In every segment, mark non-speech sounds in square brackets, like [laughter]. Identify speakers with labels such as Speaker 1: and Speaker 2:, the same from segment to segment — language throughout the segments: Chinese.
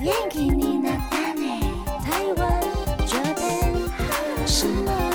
Speaker 1: 元気になったね台湾这边什么？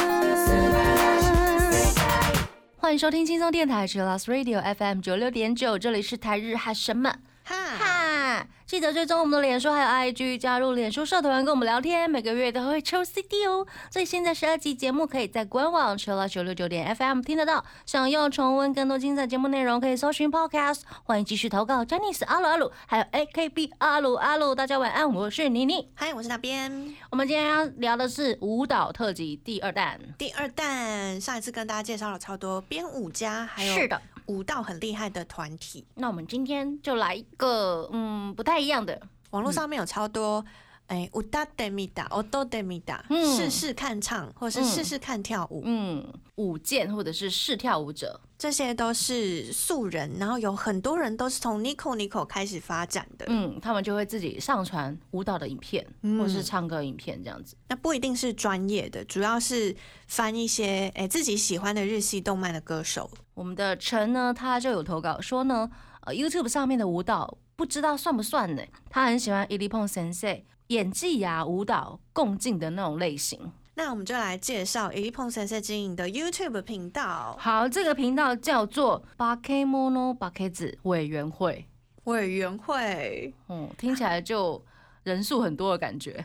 Speaker 2: 欢迎收听轻松电台 c h i l l s Radio FM 九六点九，这里是台日哈什么
Speaker 3: 哈，
Speaker 2: 哈。记得追踪我们的脸书还有 IG，加入脸书社团跟我们聊天，每个月都会抽 CD 哦。最新的十二集节目可以在官网 c h i l l 九六九点 FM 听得到。想要重温更多精彩节目内容，可以搜寻 Podcast。欢迎继续投稿 j a n i c e 阿鲁阿鲁，还有 AKB 阿鲁阿鲁。大家晚安，我是妮妮。
Speaker 3: 嗨，我是那边
Speaker 2: 我们今天要聊的是舞蹈特辑第二弹。
Speaker 3: 第二弹。上一次跟大家介绍了超多编舞家，还有
Speaker 2: 是的，
Speaker 3: 舞蹈很厉害的团体。
Speaker 2: 那我们今天就来一个嗯不太一样的，
Speaker 3: 网络上面有超多，哎、舞蹈的米达、o d o 的米达，
Speaker 2: 嗯
Speaker 3: 试试看唱，或是
Speaker 2: 嗯
Speaker 3: 试试看跳舞，
Speaker 2: 嗯，舞剑或者是试跳舞者，
Speaker 3: 这些都是素人。然后有很多人都是从 Nico Nico 开始发展的，
Speaker 2: 嗯，他们就会自己上传舞蹈的影片、
Speaker 3: 嗯
Speaker 2: 或是唱歌影片这样子。
Speaker 3: 那不一定是专业的，主要是翻一些哎、自己喜欢的日系动漫的歌手。
Speaker 2: 我们的陈呢，他就有投稿说呢，呃，YouTube 上面的舞蹈不知道算不算呢？他很喜欢 e l i p o n Sensei 演技呀、舞蹈共进的那种类型。
Speaker 3: 那我们就来介绍 e l i p o n s e n s 经营的 YouTube 频道。
Speaker 2: 好，这个频道叫做 Bakemono Bake 子委员会，
Speaker 3: 委员会，
Speaker 2: 嗯，听起来就人数很多的感觉。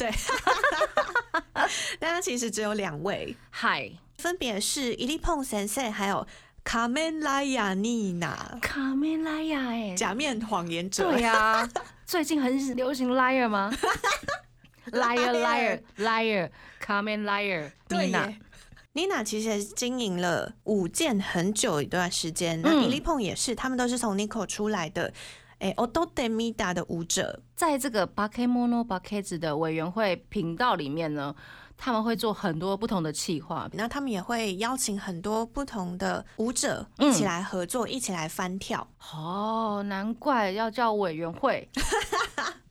Speaker 3: 但它其实只有两位，
Speaker 2: 嗨，
Speaker 3: 分别是伊利碰先生还有卡梅拉雅妮娜，
Speaker 2: 卡梅拉雅哎、
Speaker 3: 假面谎言者。
Speaker 2: 对
Speaker 3: [laughs]
Speaker 2: 呀、最近很流行 liar 吗？liar liar liar，卡梅 liar，妮娜，
Speaker 3: 妮娜其实也经营了舞剑很久一段时间，那
Speaker 2: 嗯
Speaker 3: 伊利碰也是，他们都是从 Nico 出来的，哎、o d o d e m i d a 的舞者。
Speaker 2: 在这个 b a k e m o n o b a k e 的委员会频道里面呢，他们会做很多不同的企划。
Speaker 3: 那他们也会邀请很多不同的舞者
Speaker 2: 嗯
Speaker 3: 一起来合作，一起来翻跳。
Speaker 2: 哦，难怪要叫委员会，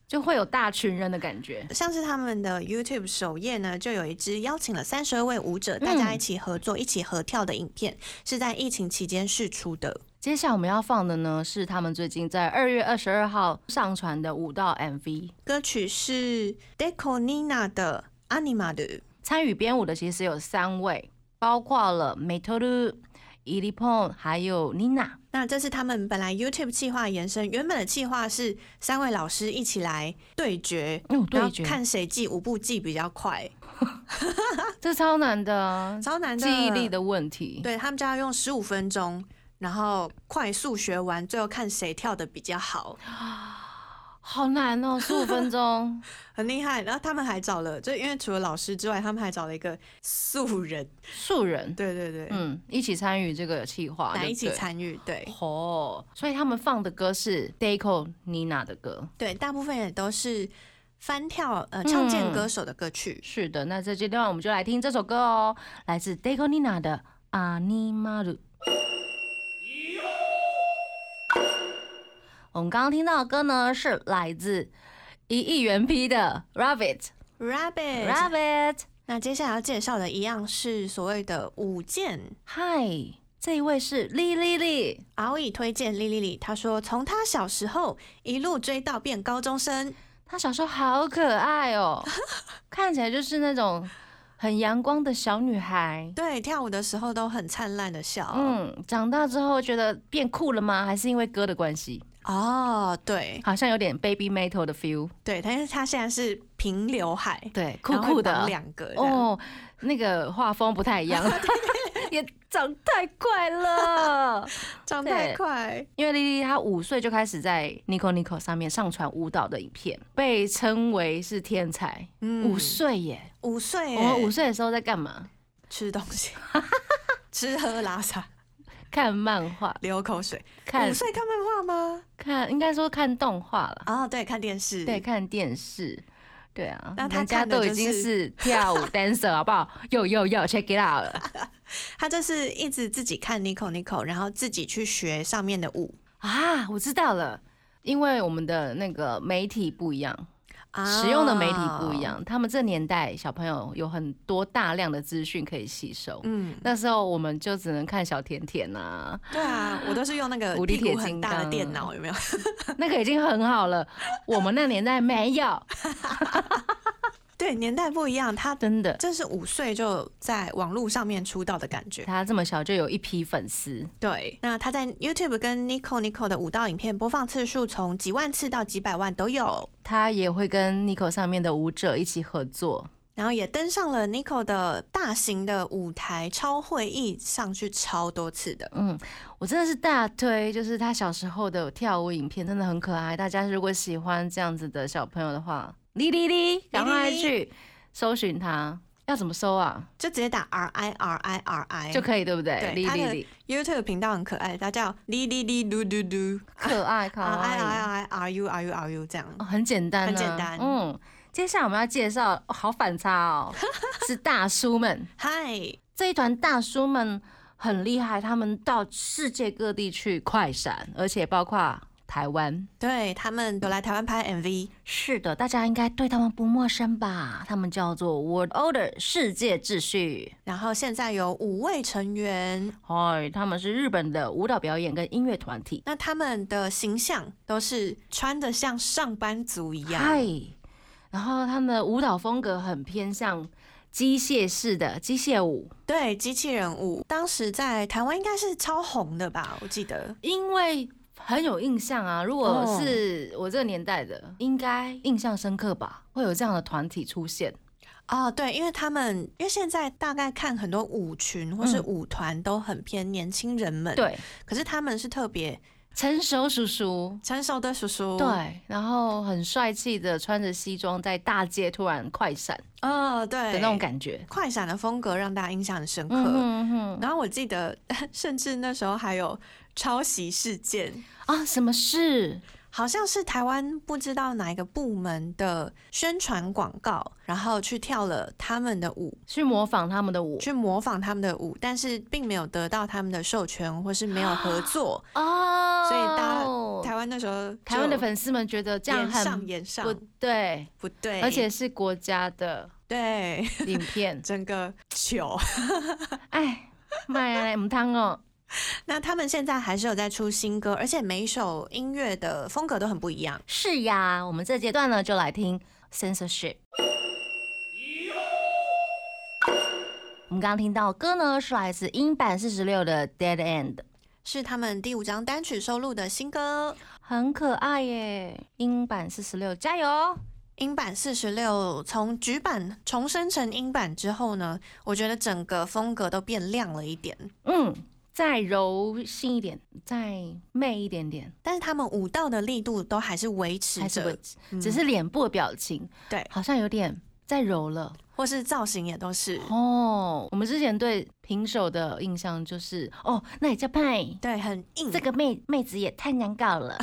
Speaker 2: 就会有大群人的感觉。
Speaker 3: 像是他们的 YouTube 首页呢，就有一支邀请了三十二位舞
Speaker 2: 嗯
Speaker 3: 者，大家一起合作、一起合跳的影片，是在疫情期间试出的。
Speaker 2: 接下来我们要放的呢，是他们最近在二月二十二号上传的舞蹈 MV。
Speaker 3: 歌曲是 Deco Nina 的《Anima》的。
Speaker 2: 参与编舞的其实有三位，包括了 Metoru、伊利碰还有 Nina。
Speaker 3: 那这是他们本来 YouTube 计划延伸，原本的计划是三位老师一起来对决，
Speaker 2: 嗯，
Speaker 3: 然
Speaker 2: 对
Speaker 3: 后
Speaker 2: 决，
Speaker 3: 看谁记舞步记比较快，
Speaker 2: 这超难的啊，
Speaker 3: 超难的
Speaker 2: 记忆力。的问题。
Speaker 3: 对他们就要用十五分钟，然后快速学完，最后看谁跳的比较好。
Speaker 2: 好难哦，十五分钟。
Speaker 3: 很厉害。然后他们还找了，就因为除了老师之外，他们还找了一个素人，
Speaker 2: 素人，
Speaker 3: 对对对，
Speaker 2: 嗯，一起参与这个企划，
Speaker 3: 来
Speaker 2: 对
Speaker 3: 一
Speaker 2: 不
Speaker 3: 起
Speaker 2: 对。
Speaker 3: 参与。对
Speaker 2: 哦所以他们放的歌是 Deco Nina 的歌。
Speaker 3: 对，大部分也都是翻跳呃唱见歌手的歌曲。
Speaker 2: 是的，那这阶段我们就来听这首歌哦，来自 Deco Nina 的《Animaru》。我们刚刚听到的歌呢，是来自一亿元 P 的 Rabbit
Speaker 3: Rabbit，,
Speaker 2: Rabbit。
Speaker 3: 那接下来要介绍的一样是所谓的舞剑。
Speaker 2: 嗨，这一位是莉莉莉，
Speaker 3: 敖乙推荐莉莉莉，他说从他小时候一路追到变高中生，
Speaker 2: 她小时候好可爱哦，看起来就是那种很阳光的小女孩。
Speaker 3: 对跳舞的时候都很灿烂的笑。嗯，
Speaker 2: 嗯，长大之后觉得变酷了吗？还是因为歌的关系？
Speaker 3: 哦，对
Speaker 2: 好像有点 baby metal 的 feel。
Speaker 3: 对，但是他现在是平刘海，
Speaker 2: 对，酷
Speaker 3: 然后会
Speaker 2: 酷
Speaker 3: 绑
Speaker 2: 的。
Speaker 3: 两个这样
Speaker 2: 哦，那个画风不太一
Speaker 3: [laughs]
Speaker 2: 样，也长太快了。
Speaker 3: 长
Speaker 2: 对
Speaker 3: 太快，
Speaker 2: [laughs] 因为莉莉她五岁就开始在 Nico Nico 上面上传舞蹈的影片，被称为是天才。
Speaker 3: 嗯
Speaker 2: 五岁耶！
Speaker 3: 五岁耶，
Speaker 2: 我们五岁的时候在干嘛？
Speaker 3: 吃东西， [laughs] 吃喝拉撒，
Speaker 2: 看漫画，
Speaker 3: 流口水。
Speaker 2: 看
Speaker 3: 五岁看漫画吗？
Speaker 2: 看，应该说看动画了，
Speaker 3: 哦，对，看电视。
Speaker 2: 对，，看电视，对啊，
Speaker 3: 那他
Speaker 2: 人家
Speaker 3: 看的
Speaker 2: 都已
Speaker 3: 就
Speaker 2: 经
Speaker 3: 是
Speaker 2: 是跳舞 dancer 好不 [laughs] 好？有有有，check it out 了
Speaker 3: 他就是一直自己看 Nico Nico，然后自己去学上面的舞。
Speaker 2: 啊，我知道了，因为我们的那个媒体不一样，
Speaker 3: 啊
Speaker 2: 使用的媒体不一。样，他们这年代小朋友有很多大量的资讯可以吸收。
Speaker 3: 嗯，
Speaker 2: 那时候我们就只能看小甜甜啊，
Speaker 3: 对啊，我都是用那
Speaker 2: [laughs]
Speaker 3: 个
Speaker 2: 无敌
Speaker 3: 屁
Speaker 2: 铁
Speaker 3: 股很
Speaker 2: 金
Speaker 3: 大的
Speaker 2: 刚
Speaker 3: 电脑，有没 [laughs] 有？
Speaker 2: 那个已经很好了。我们那年代没有，
Speaker 3: 对，年代不一样，他
Speaker 2: 真的。
Speaker 3: 这是五岁就在网络上面出道的感觉。
Speaker 2: 他这么小就有一批粉丝，
Speaker 3: 对，那他在 YouTube 跟 Nico Nico 的舞蹈影片播放次数从几万次到几百万都有，
Speaker 2: 他也会跟 Nico 上面的舞者一起合作。
Speaker 3: 然后也登上了 Nico 的大型的舞台超会议上去超多次的。
Speaker 2: 嗯，我真的是大推，就是他小时候的跳舞影片真的很可爱。大家如果喜欢这样子的小朋友的话，哩哩哩，赶快去搜寻他。要怎么搜啊？
Speaker 3: 就直接打 R I R I R I
Speaker 2: 就可以对不对？
Speaker 3: 哎对
Speaker 2: 哩
Speaker 3: 他
Speaker 2: 哩
Speaker 3: 的
Speaker 2: 哩，
Speaker 3: YouTube 频道很可爱，它叫哩哩哩噜嘟嘟
Speaker 2: 可爱可
Speaker 3: [laughs] R I R
Speaker 2: 爱，
Speaker 3: I R U R U R U 这样
Speaker 2: 哦。很简单、啊，
Speaker 3: 啊很简单
Speaker 2: 嗯，接下来我们要介绍，哦好反差
Speaker 3: [laughs]
Speaker 2: 哦，是大叔们
Speaker 3: 嗨，
Speaker 2: 这一团大叔们很厉害，他们到世界各地去快闪，而且包括台湾。
Speaker 3: 对他们有来台湾拍 MV，
Speaker 2: 是的，大家应该对他们不陌生吧？他们叫做 World Order 世界秩序。
Speaker 3: 然后现在有五位成员，
Speaker 2: 嗨，他们是日本的舞蹈表演跟音乐团体。
Speaker 3: 那他们的形象都是穿的像上班族一
Speaker 2: 嗨
Speaker 3: 样，，
Speaker 2: 然后他们的舞蹈风格很偏向机械式的机械舞，
Speaker 3: 对，机器人舞，当时在台湾应该是超红的吧，我记得。
Speaker 2: 因为很有印象啊。如果
Speaker 3: 哦
Speaker 2: 是我这个年代的，应该印象深刻吧？会有这样的团体出现。
Speaker 3: 哦，对，因为他们因为现在大概看很多舞群或是
Speaker 2: 嗯
Speaker 3: 舞团都很偏年轻人们，，
Speaker 2: 对，
Speaker 3: 可是他们是特别
Speaker 2: 成熟叔叔。
Speaker 3: 成熟的叔叔，，
Speaker 2: 对，然后很帅气的穿着西装在大街突然快闪
Speaker 3: 哦，对
Speaker 2: 的那种感觉。
Speaker 3: 快闪的风格让大家印象很深刻。
Speaker 2: 嗯哼
Speaker 3: 然后我记得， [laughs] 甚至那时候还有抄袭事件，
Speaker 2: 啊，什么事？
Speaker 3: 好像是台湾不知道哪一个部门的宣传广告，然后去跳了他们的舞，
Speaker 2: 去模仿他们的舞
Speaker 3: 去模仿他们的舞，但是并没有得到他们的授权，或是没有合作。
Speaker 2: 哦
Speaker 3: 所以大台湾那时候就
Speaker 2: 台湾的粉丝们觉得这样
Speaker 3: 言
Speaker 2: 很
Speaker 3: 上言上
Speaker 2: 不对，
Speaker 3: 不对，
Speaker 2: 而且是国家
Speaker 3: [laughs]
Speaker 2: 的
Speaker 3: 对，
Speaker 2: 影片
Speaker 3: 整个糗。
Speaker 2: 哎，卖来唔汤哦，
Speaker 3: 那他们现在还是有在出新歌，而且每一首音乐的风格都很不一样。
Speaker 2: 是呀，我们这阶段呢就来听 censorship。我们刚刚听到歌呢是来自英版四十六的 Dead End，
Speaker 3: 是他们第五张单曲收录的新歌，
Speaker 2: 很可爱耶，英版四十六，加油哦！
Speaker 3: 英版四十六从局版重生成英版之后呢，我觉得整个风格都变亮了一点。
Speaker 2: 嗯，再柔性一点，再媚一点点，
Speaker 3: 但是他们舞蹈的力度都还是维持
Speaker 2: 还是
Speaker 3: 着
Speaker 2: 会，，只是脸部的表情，
Speaker 3: 嗯对
Speaker 2: 好像有点再柔了。
Speaker 3: 或是造型也都是，
Speaker 2: 哦，我们之前对平手的印象就是，哦，那也叫派，
Speaker 3: 对，很硬。
Speaker 2: 这个妹妹子也太难搞
Speaker 3: [laughs]
Speaker 2: 了，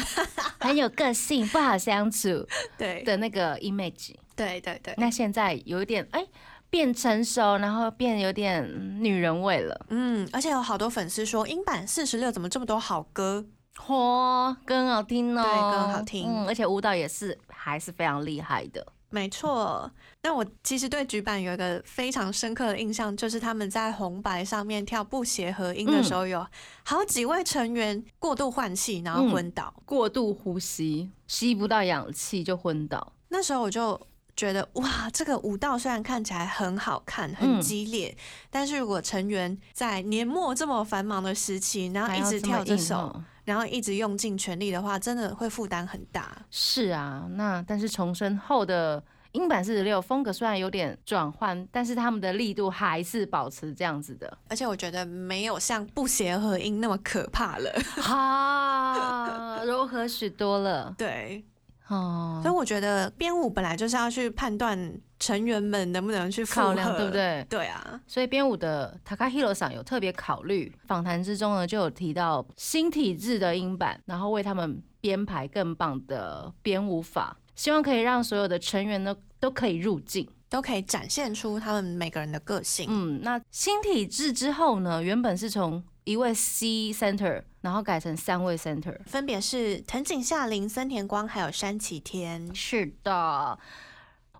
Speaker 2: 很有个性，不好相处
Speaker 3: 对
Speaker 2: 的那个 image。
Speaker 3: 对对对，
Speaker 2: 那现在有一点哎。变成熟，然后变有点嗯女人味了。
Speaker 3: 嗯，而且有好多粉丝说英版四十六怎么这么多好歌？
Speaker 2: 嚯，更好听哦，
Speaker 3: 对更好听
Speaker 2: 嗯，而且舞蹈也是还是非常厉害的。
Speaker 3: 没错，那我其实对局版有一个非常深刻的印象，就是他们在红白上面跳不协和音的时
Speaker 2: 嗯
Speaker 3: 候，有好几位成员过度换气，然后昏倒。
Speaker 2: 过度呼吸，吸不到氧气就昏倒。
Speaker 3: 那时候我就觉得，哇，这个舞蹈虽然看起来很好看、
Speaker 2: 嗯
Speaker 3: 很激烈，但是如果成员在年末这么繁忙的时期，然后
Speaker 2: 还
Speaker 3: 一
Speaker 2: 要
Speaker 3: 直
Speaker 2: 这么
Speaker 3: 跳这
Speaker 2: 硬
Speaker 3: 首，
Speaker 2: 哦
Speaker 3: 然后一直用尽全力的话，真的会负担很大。
Speaker 2: 是啊，那但是重生后的英版四十六风格虽然有点转换，但是他们的力度还是保持这样子
Speaker 3: [laughs]
Speaker 2: 的。
Speaker 3: 而且我觉得没有像不协和音那么可怕了。 [laughs]
Speaker 2: 哈，柔和许多了。
Speaker 3: 对，
Speaker 2: 哦
Speaker 3: 所以，我觉得编舞本来就是要去判断成员们能不能去
Speaker 2: 考量对不？对？
Speaker 3: 对啊，
Speaker 2: 所以编舞的 Takahiro 上有特别考虑，访谈之中呢就有提到新体制的音版，然后为他们编排更棒的编舞法，希望可以让所有的成员呢都可以入境。嗯
Speaker 3: 都可以展现出他们每个人的个性。
Speaker 2: 嗯，那新体制之后呢，原本是从一位 C center，然后改成三位 center。
Speaker 3: 分别是藤井夏绫、森田光还有山崎天。
Speaker 2: 是的，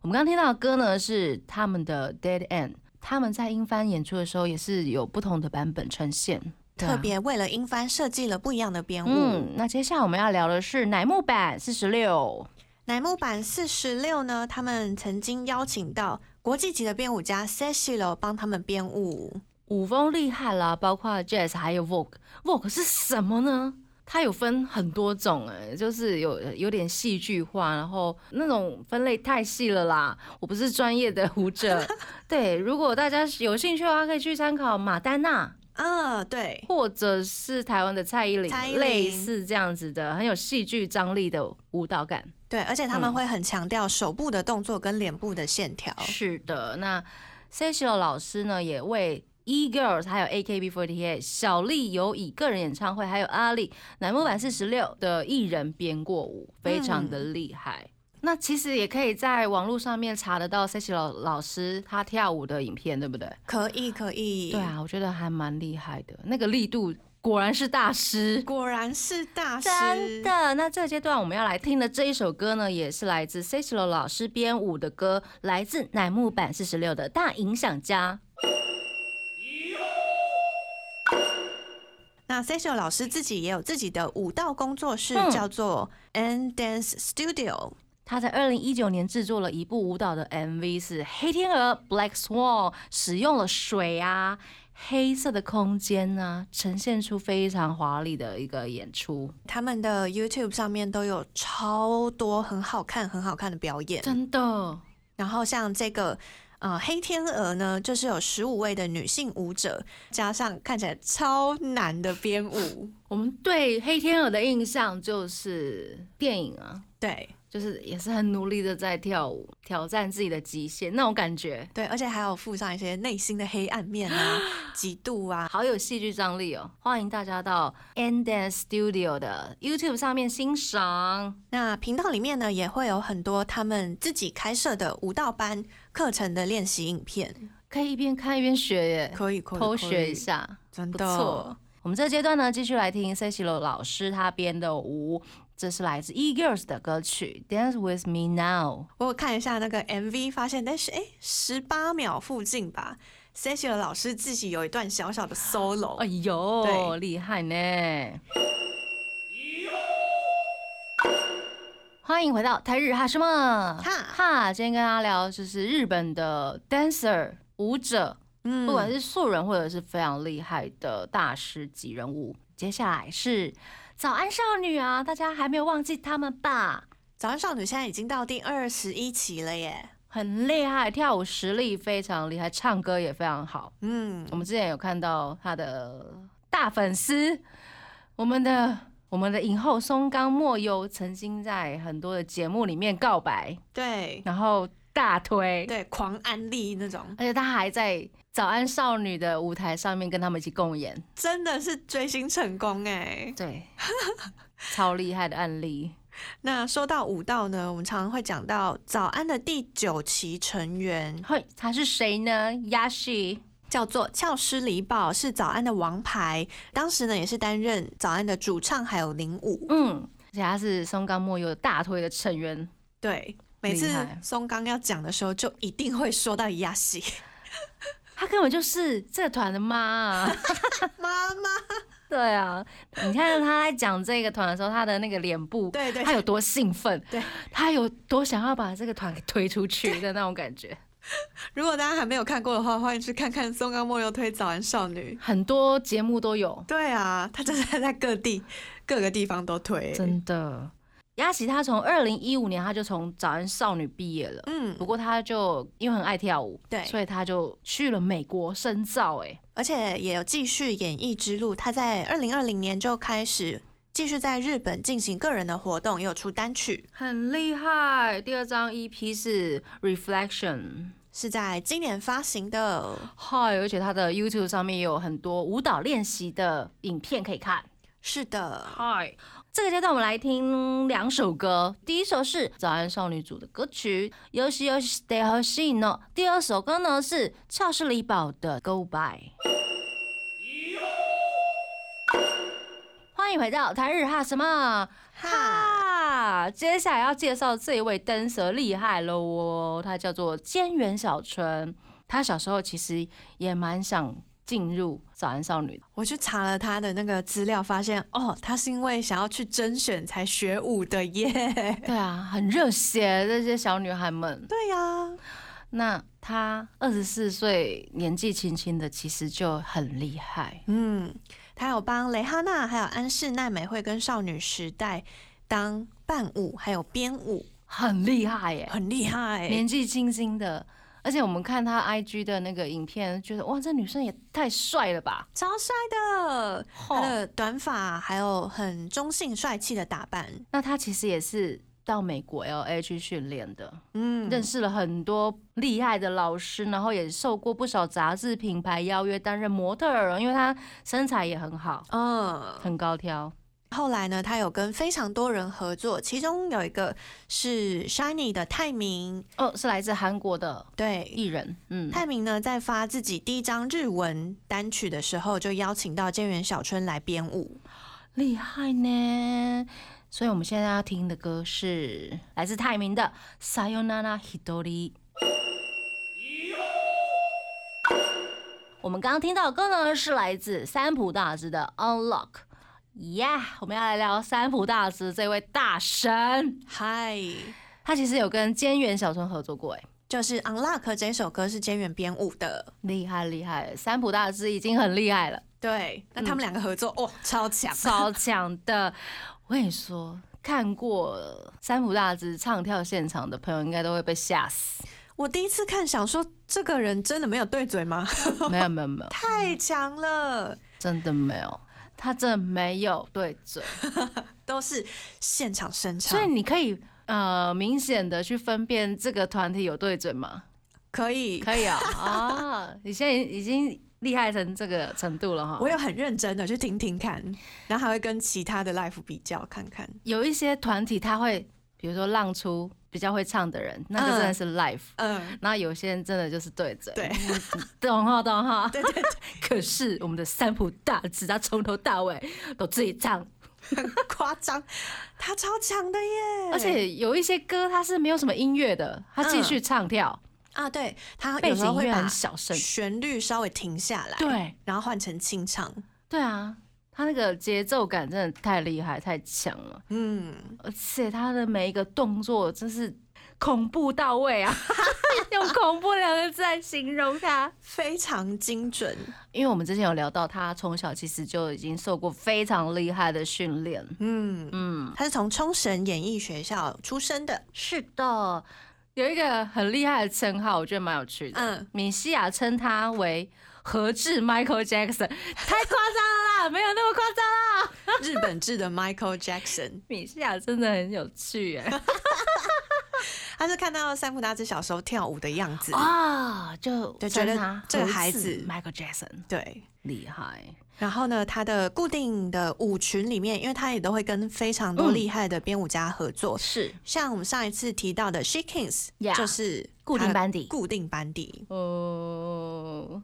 Speaker 2: 我们刚刚听到的歌呢是他们的《Dead End》，他们在英翻演出的时候也是有不同的版本呈现，对啊
Speaker 3: 特别为了英翻设计了不一样的编舞，
Speaker 2: 嗯，那接下来我们要聊的是乃木坂四十六，
Speaker 3: 乃木坂四十六呢，他们曾经邀请到国际级的编舞家 s e s i l o 帮他们编舞。
Speaker 2: 舞风厉害啦，包括 jazz 还有 vogue，vogue 是什么呢？它有分很多种哎、就是有有点戏剧化，然后那种分类太细了啦。我不是专业的舞
Speaker 3: [laughs]
Speaker 2: 者，对，如果大家有兴趣的话，可以去参考马丹娜
Speaker 3: 啊，对，
Speaker 2: 或者是台湾的蔡依林
Speaker 3: 蔡依，林
Speaker 2: 类似这样子的很有戏剧张力的舞蹈感。
Speaker 3: 对，而且他们
Speaker 2: 嗯
Speaker 3: 会很强调手部的动作跟脸部的线条。
Speaker 2: 是的，那 Cecil 老师呢也为 E Girls 还有 AKB48 小丽有以个人演唱会，还有阿丽乃木坂四十六的艺人编过舞，非常的厉害。那其实也可以在网络上面查得到 Cecil 老师他跳舞的影片，对不对？
Speaker 3: 可以，可以。
Speaker 2: 对，啊，我觉得还蛮厉害的，那个力度果然是大师。
Speaker 3: 果然是大师。
Speaker 2: 真的，那这个阶段我们要来听的这一首歌呢，也是来自 c e c i l 老师编舞的歌，来自乃木坂四十六的《大影响家》。
Speaker 3: 那 s e s i o 老师自己也有自己的舞蹈工作室，
Speaker 2: 嗯
Speaker 3: 叫做 N Dance Studio。
Speaker 2: 他在二零一九年制作了一部舞蹈的 MV，是《黑天鹅》（Black Swan），使用了水啊、黑色的空间啊，呈现出非常华丽的一个演出。
Speaker 3: 他们的 YouTube 上面都有超多很好看、很好看的表演。
Speaker 2: 真的，
Speaker 3: 然后像这个呃黑天鹅呢，就是有十五位的女性舞者，加上看起来超难的编
Speaker 2: [laughs]
Speaker 3: 舞，
Speaker 2: 我们对黑天鹅的印象就是电影啊，
Speaker 3: 对
Speaker 2: 就是也是很努力的在跳舞，挑战自己的极限那种感觉，
Speaker 3: 对，而且还有附上一些内心的黑暗
Speaker 2: [gasps]
Speaker 3: 面啊、嫉妒啊。
Speaker 2: 好有戏剧张力哦！欢迎大家到 End Dance Studio 的 YouTube 上面欣赏。
Speaker 3: 那频道里面呢，也会有很多他们自己开设的舞蹈班课程的练习影片，
Speaker 2: 可以一边看一边学耶，
Speaker 3: 可以可以
Speaker 2: 偷
Speaker 3: 可
Speaker 2: 学
Speaker 3: 以
Speaker 2: 一下，
Speaker 3: 真
Speaker 2: 不
Speaker 3: 的
Speaker 2: 错。我们这个阶段呢，继续来听 c e c i l 老师他编的舞，这是来自 E Girls 的歌曲《Dance with Me Now
Speaker 3: 我有看一下那个 MV，发现但是哎，十八秒附近吧 s e s i o 老师自己有一段小小的》。solo，
Speaker 2: 哎呦，
Speaker 3: 对
Speaker 2: 厉害呢！欢迎回到台日哈什么
Speaker 3: 哈
Speaker 2: 哈，今天跟大家聊就是日本的 dancer 舞者，
Speaker 3: 嗯
Speaker 2: 不管是素人或者是非常厉害的大师级人物。接下来是早安少女啊，大家还没有忘记他们吧？
Speaker 3: 早安少女现在已经到第二十一期了耶。
Speaker 2: 很厉害，跳舞实力非常厉害，唱歌也非常好。
Speaker 3: 嗯
Speaker 2: 我，们之前有看到他的大粉丝，我们的我们的影后松冈莫优曾经在很多的节目里面告白，
Speaker 3: 对
Speaker 2: 然后大推，
Speaker 3: 对，狂安利那种，
Speaker 2: 而且他还在《早安少女》的舞台上面跟他们一起共演，
Speaker 3: 真的是追星成功哎。
Speaker 2: 对，
Speaker 3: [laughs]
Speaker 2: 超厉害的案例。
Speaker 3: 那说到舞蹈呢，我们常常会讲到早安的第九期成员
Speaker 2: 嘿，他是谁呢？Yashi，
Speaker 3: 叫做俏师里宝，是早安的王牌，当时呢也是担任早安的主唱还有领舞。
Speaker 2: 嗯，而且他是松冈莫优大推的成员，
Speaker 3: 对，每次
Speaker 2: 厉害
Speaker 3: 松冈要讲的时候，就一定会说到
Speaker 2: [laughs]
Speaker 3: 亚西
Speaker 2: 他根本就是这团的妈、啊。
Speaker 3: [laughs] 妈妈。
Speaker 2: 对啊，你看他在讲这个团的时候，他的那个脸部，
Speaker 3: 对对
Speaker 2: 他有多兴奋，
Speaker 3: 对，
Speaker 2: 他有多想要把这个团给推出去的那种感觉。
Speaker 3: 如果大家还没有看过的话，欢迎去看看松冈莫又推《早安少女》。
Speaker 2: 很多节目都有，
Speaker 3: 对啊，他真的在各地 [laughs] 各个地方都推。
Speaker 2: 真的。雅琪她从二零一五年，她就从早安少女毕业了。
Speaker 3: 嗯
Speaker 2: 不，过她就因为很爱跳舞，
Speaker 3: 对
Speaker 2: 所以她就去了美国深造、哎，
Speaker 3: 而且也有继续演艺之路。他在二零二零年就开始继续在日本进行个人的活动，也有出单曲，
Speaker 2: 很厉害。第二张 EP 是 Reflection，
Speaker 3: 是在今年发行的。
Speaker 2: 嗨，而且他的 YouTube 上面也有很多舞蹈练习的影片可以看。
Speaker 3: 是的，
Speaker 2: 嗨，这个阶段我们来听两首歌，第一首是早安少女组的歌曲《有喜有喜 Stay 和 s 呢，第二首歌呢是俏氏里宝的《Go By》。欢迎回到台日哈什么
Speaker 3: 哈，
Speaker 2: 哈。啊接下来要介绍这一位灯蛇厉害喽哦，他叫做菅原小春。他小时候其实也蛮想进入早安少女的，
Speaker 3: 我去查了他的那个资料，发现哦，他是因为想要去甄选才学舞的耶。
Speaker 2: 对啊，很热血这些小女孩们。
Speaker 3: [laughs] 对呀、
Speaker 2: 那她二十四岁，年纪轻轻的，其实就很厉害。
Speaker 3: 嗯，他有帮蕾哈娜还有安室奈美惠跟少女时代当伴舞，还有编舞，
Speaker 2: 很厉害耶，
Speaker 3: 很厉害。
Speaker 2: 年纪轻轻的，而且我们看她 IG 的那个影片，觉得哇，这女生也太帅了吧！
Speaker 3: 超帅的，他
Speaker 2: 吼
Speaker 3: 的短发还有很中性帅气的打扮，
Speaker 2: 那她其实也是到美国 LA 去训练的，
Speaker 3: 嗯，
Speaker 2: 认识了很多厉害的老师，然后也受过不少杂志品牌邀约担任模特儿，因为她身材也很好，
Speaker 3: 嗯。
Speaker 2: 很高挑。
Speaker 3: 后来呢，他有跟非常多人合作，其中有一个是 Shiny 的泰明，
Speaker 2: 哦，是来自韩国的
Speaker 3: 对，
Speaker 2: 艺人，嗯，
Speaker 3: 泰明呢在发自己第一张日文单曲的时候，就邀请到菅原小春来编舞。
Speaker 2: 厉害呢。所以我们现在要听的歌是来自泰明的《Sayonara Hitori》。我们刚刚听到的歌呢，是来自三浦大知的《Unlock》。Yeah，我们要来聊三浦大知这位大神，
Speaker 3: 嗨，
Speaker 2: 他其实有跟菅原小春合作过，哎，
Speaker 3: 就是《Unlock》这首歌是菅原编舞的，
Speaker 2: 厉害厉害，三浦大知已经很厉害了。
Speaker 3: 对，那他们两个合作，哇、嗯超强，
Speaker 2: [laughs] 超强的。我跟你说，看过三浦大知唱跳现场的朋友，应该都会被吓
Speaker 3: [laughs]
Speaker 2: 死。
Speaker 3: 我第一次看，想说这个人真的没有对嘴 [laughs] 吗？
Speaker 2: 没有没有没有，
Speaker 3: 太强了，
Speaker 2: 真的没有，他真的没有对
Speaker 3: [laughs]
Speaker 2: 嘴，
Speaker 3: 都是现场声唱，
Speaker 2: 所以你可以呃明显的去分辨这个团体有对嘴
Speaker 3: [laughs]
Speaker 2: 吗？
Speaker 3: 可以。
Speaker 2: 可以啊、啊，你现在已经厉害成这个程度了哈。
Speaker 3: 我有很认真的去听听看，然后还会跟其他的 life 比较看看。
Speaker 2: 有一些团体他会，比如说让出比较会唱的人，那个真的是 l i f e
Speaker 3: 嗯，
Speaker 2: 然后有些人真的就是对嘴，嗯
Speaker 3: 对，
Speaker 2: 懂哈懂哈。对对对。可是我们的三浦大知，他从头到尾都自己唱，
Speaker 3: [laughs] 夸张，他超强的耶！
Speaker 2: 而且有一些歌他是没有什么音乐的，他继续唱跳，
Speaker 3: 啊，对他
Speaker 2: 背
Speaker 3: 有时
Speaker 2: 景
Speaker 3: 候
Speaker 2: 音
Speaker 3: 会
Speaker 2: 乐
Speaker 3: 把
Speaker 2: 很小声。
Speaker 3: 旋律稍微停下来，，
Speaker 2: 对
Speaker 3: 然后换成清唱。
Speaker 2: 对啊，他那个节奏感真的太厉害太强了，
Speaker 3: 嗯，
Speaker 2: 而且他的每一个动作真是恐怖到位啊， [laughs] 用恐怖两个字来形容他。
Speaker 3: 非常精准。
Speaker 2: [laughs] 因为我们之前有聊到，他从小其实就已经受过非常厉害的训练，
Speaker 3: 嗯，
Speaker 2: 嗯。
Speaker 3: 他是从冲绳演艺学校出身
Speaker 2: [laughs]
Speaker 3: 的。
Speaker 2: 是的，有一个很厉害的称号，我觉得蛮有趣的。
Speaker 3: 嗯，
Speaker 2: 米西亚称他为“何志 Michael Jackson”，太 [laughs] 夸张了啦，没 [laughs] 有那么夸张啦。
Speaker 3: 日本制的 Michael Jackson，
Speaker 2: 米西亚真的很有趣
Speaker 3: [laughs]
Speaker 2: 哎、
Speaker 3: 他是看到三浦大知小时候跳舞的样子。
Speaker 2: 啊、就
Speaker 3: 对
Speaker 2: 称
Speaker 3: 觉得
Speaker 2: 他
Speaker 3: 这个
Speaker 2: 何
Speaker 3: 孩
Speaker 2: 志
Speaker 3: 子
Speaker 2: Michael Jackson
Speaker 3: 对，
Speaker 2: 厉害。
Speaker 3: 然后呢，他的固定的舞群里面，因为他也都会跟非常多
Speaker 2: 嗯
Speaker 3: 厉害的编舞家合作，
Speaker 2: 是
Speaker 3: 像我们上一次提到的 She Kings，、
Speaker 2: Yeah，
Speaker 3: 就是
Speaker 2: 固定
Speaker 3: 他的
Speaker 2: 班底
Speaker 3: 固定班底。
Speaker 2: 哦。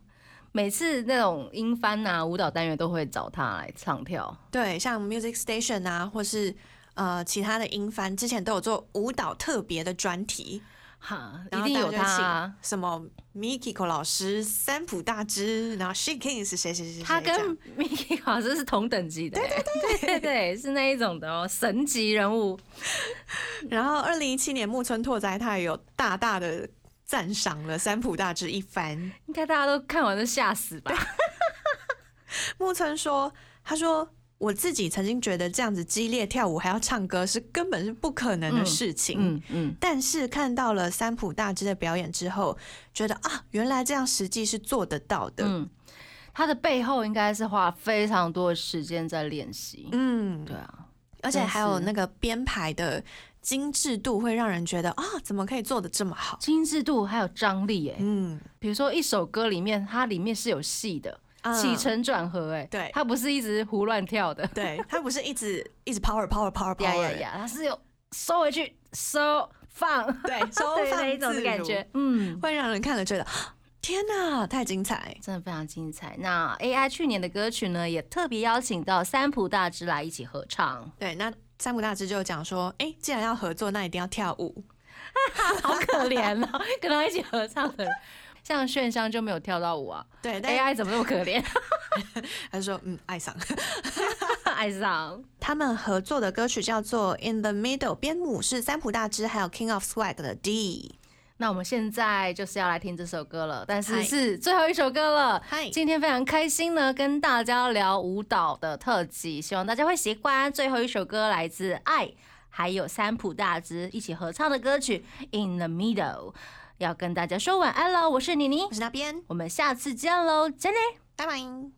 Speaker 2: 每次那种英翻啊舞蹈单元都会找他来唱跳，
Speaker 3: 对，像 Music Station 啊，或是呃其他的音番，之前都有做舞蹈特别的专题，
Speaker 2: 哈，
Speaker 3: 然
Speaker 2: 一定
Speaker 3: 后大家
Speaker 2: 有
Speaker 3: 就
Speaker 2: 他、啊
Speaker 3: 请。什么 Mikiko 老师、三浦大知，然后 She Kings 谁谁谁谁这样，
Speaker 2: 他跟 [laughs] Mickey 老师是同等级的、欸， [laughs] 对对对对是那一种的哦，神级人物。
Speaker 3: 然后二零一七年木村拓哉他也有大大的赞赏了三浦大知一番。
Speaker 2: 应该大家都看完都吓死吧？
Speaker 3: 木村说：“他说我自己曾经觉得这样子激烈跳舞还要唱歌是根本是不可能的事情。
Speaker 2: 嗯嗯，
Speaker 3: 但是看到了三浦大知的表演之后，觉得啊，原来这样实际是做得到的。
Speaker 2: 嗯他的背后应该是花了非常多的时间在练习。
Speaker 3: 嗯
Speaker 2: 对啊，
Speaker 3: 而且还有
Speaker 2: 真是
Speaker 3: 那个编排的精致度，会让人觉得啊，怎么可以做的这么好？
Speaker 2: 精致度还有张力哎、
Speaker 3: 嗯，
Speaker 2: 比如说一首歌里面，它里面是有戏的，
Speaker 3: 啊
Speaker 2: 起承转合哎、
Speaker 3: 对
Speaker 2: 它不是一直胡乱跳
Speaker 3: [laughs]
Speaker 2: 的，
Speaker 3: 对他不是一直一直 power power power
Speaker 2: 呀
Speaker 3: power，
Speaker 2: 呀呀，它是有收回去、收放，
Speaker 3: 对，收
Speaker 2: 对那 [laughs]
Speaker 3: 放
Speaker 2: 一种
Speaker 3: 自
Speaker 2: 的感
Speaker 3: 如
Speaker 2: 觉，，嗯。
Speaker 3: 会让人看了觉得啊天哪，太精彩！
Speaker 2: 真的非常精彩。那 AI 去年的歌曲呢，也特别邀请到三浦大知来一起合唱，
Speaker 3: 对，那三浦大知就讲说，哎、既然要合作，那一定要跳舞。
Speaker 2: [laughs] 好可怜哦， [laughs] 跟他一起合唱的人，像炫香就没有跳到舞 [laughs] 啊
Speaker 3: 对，但
Speaker 2: ，AI 怎么那么可怜？ [laughs]
Speaker 3: 他就说，嗯，爱上。
Speaker 2: 爱上
Speaker 3: 他们合作的歌曲叫做《In the Middle》，编舞是三浦大知还有 King of Swag 的 D。
Speaker 2: 那我们现在就是要来听这首歌了，但是
Speaker 3: 嗨
Speaker 2: 是最后一首歌了。
Speaker 3: 嗨
Speaker 2: 今天非常开心呢，跟大家聊舞蹈的特辑，希望大家会喜欢。最后一首歌来自爱，还有三浦大知一起合唱的歌曲《In the Middle》，要跟大家说晚安了。我是妮妮
Speaker 3: 我，是那边，
Speaker 2: 我们下次见喽，再见。
Speaker 3: 拜拜。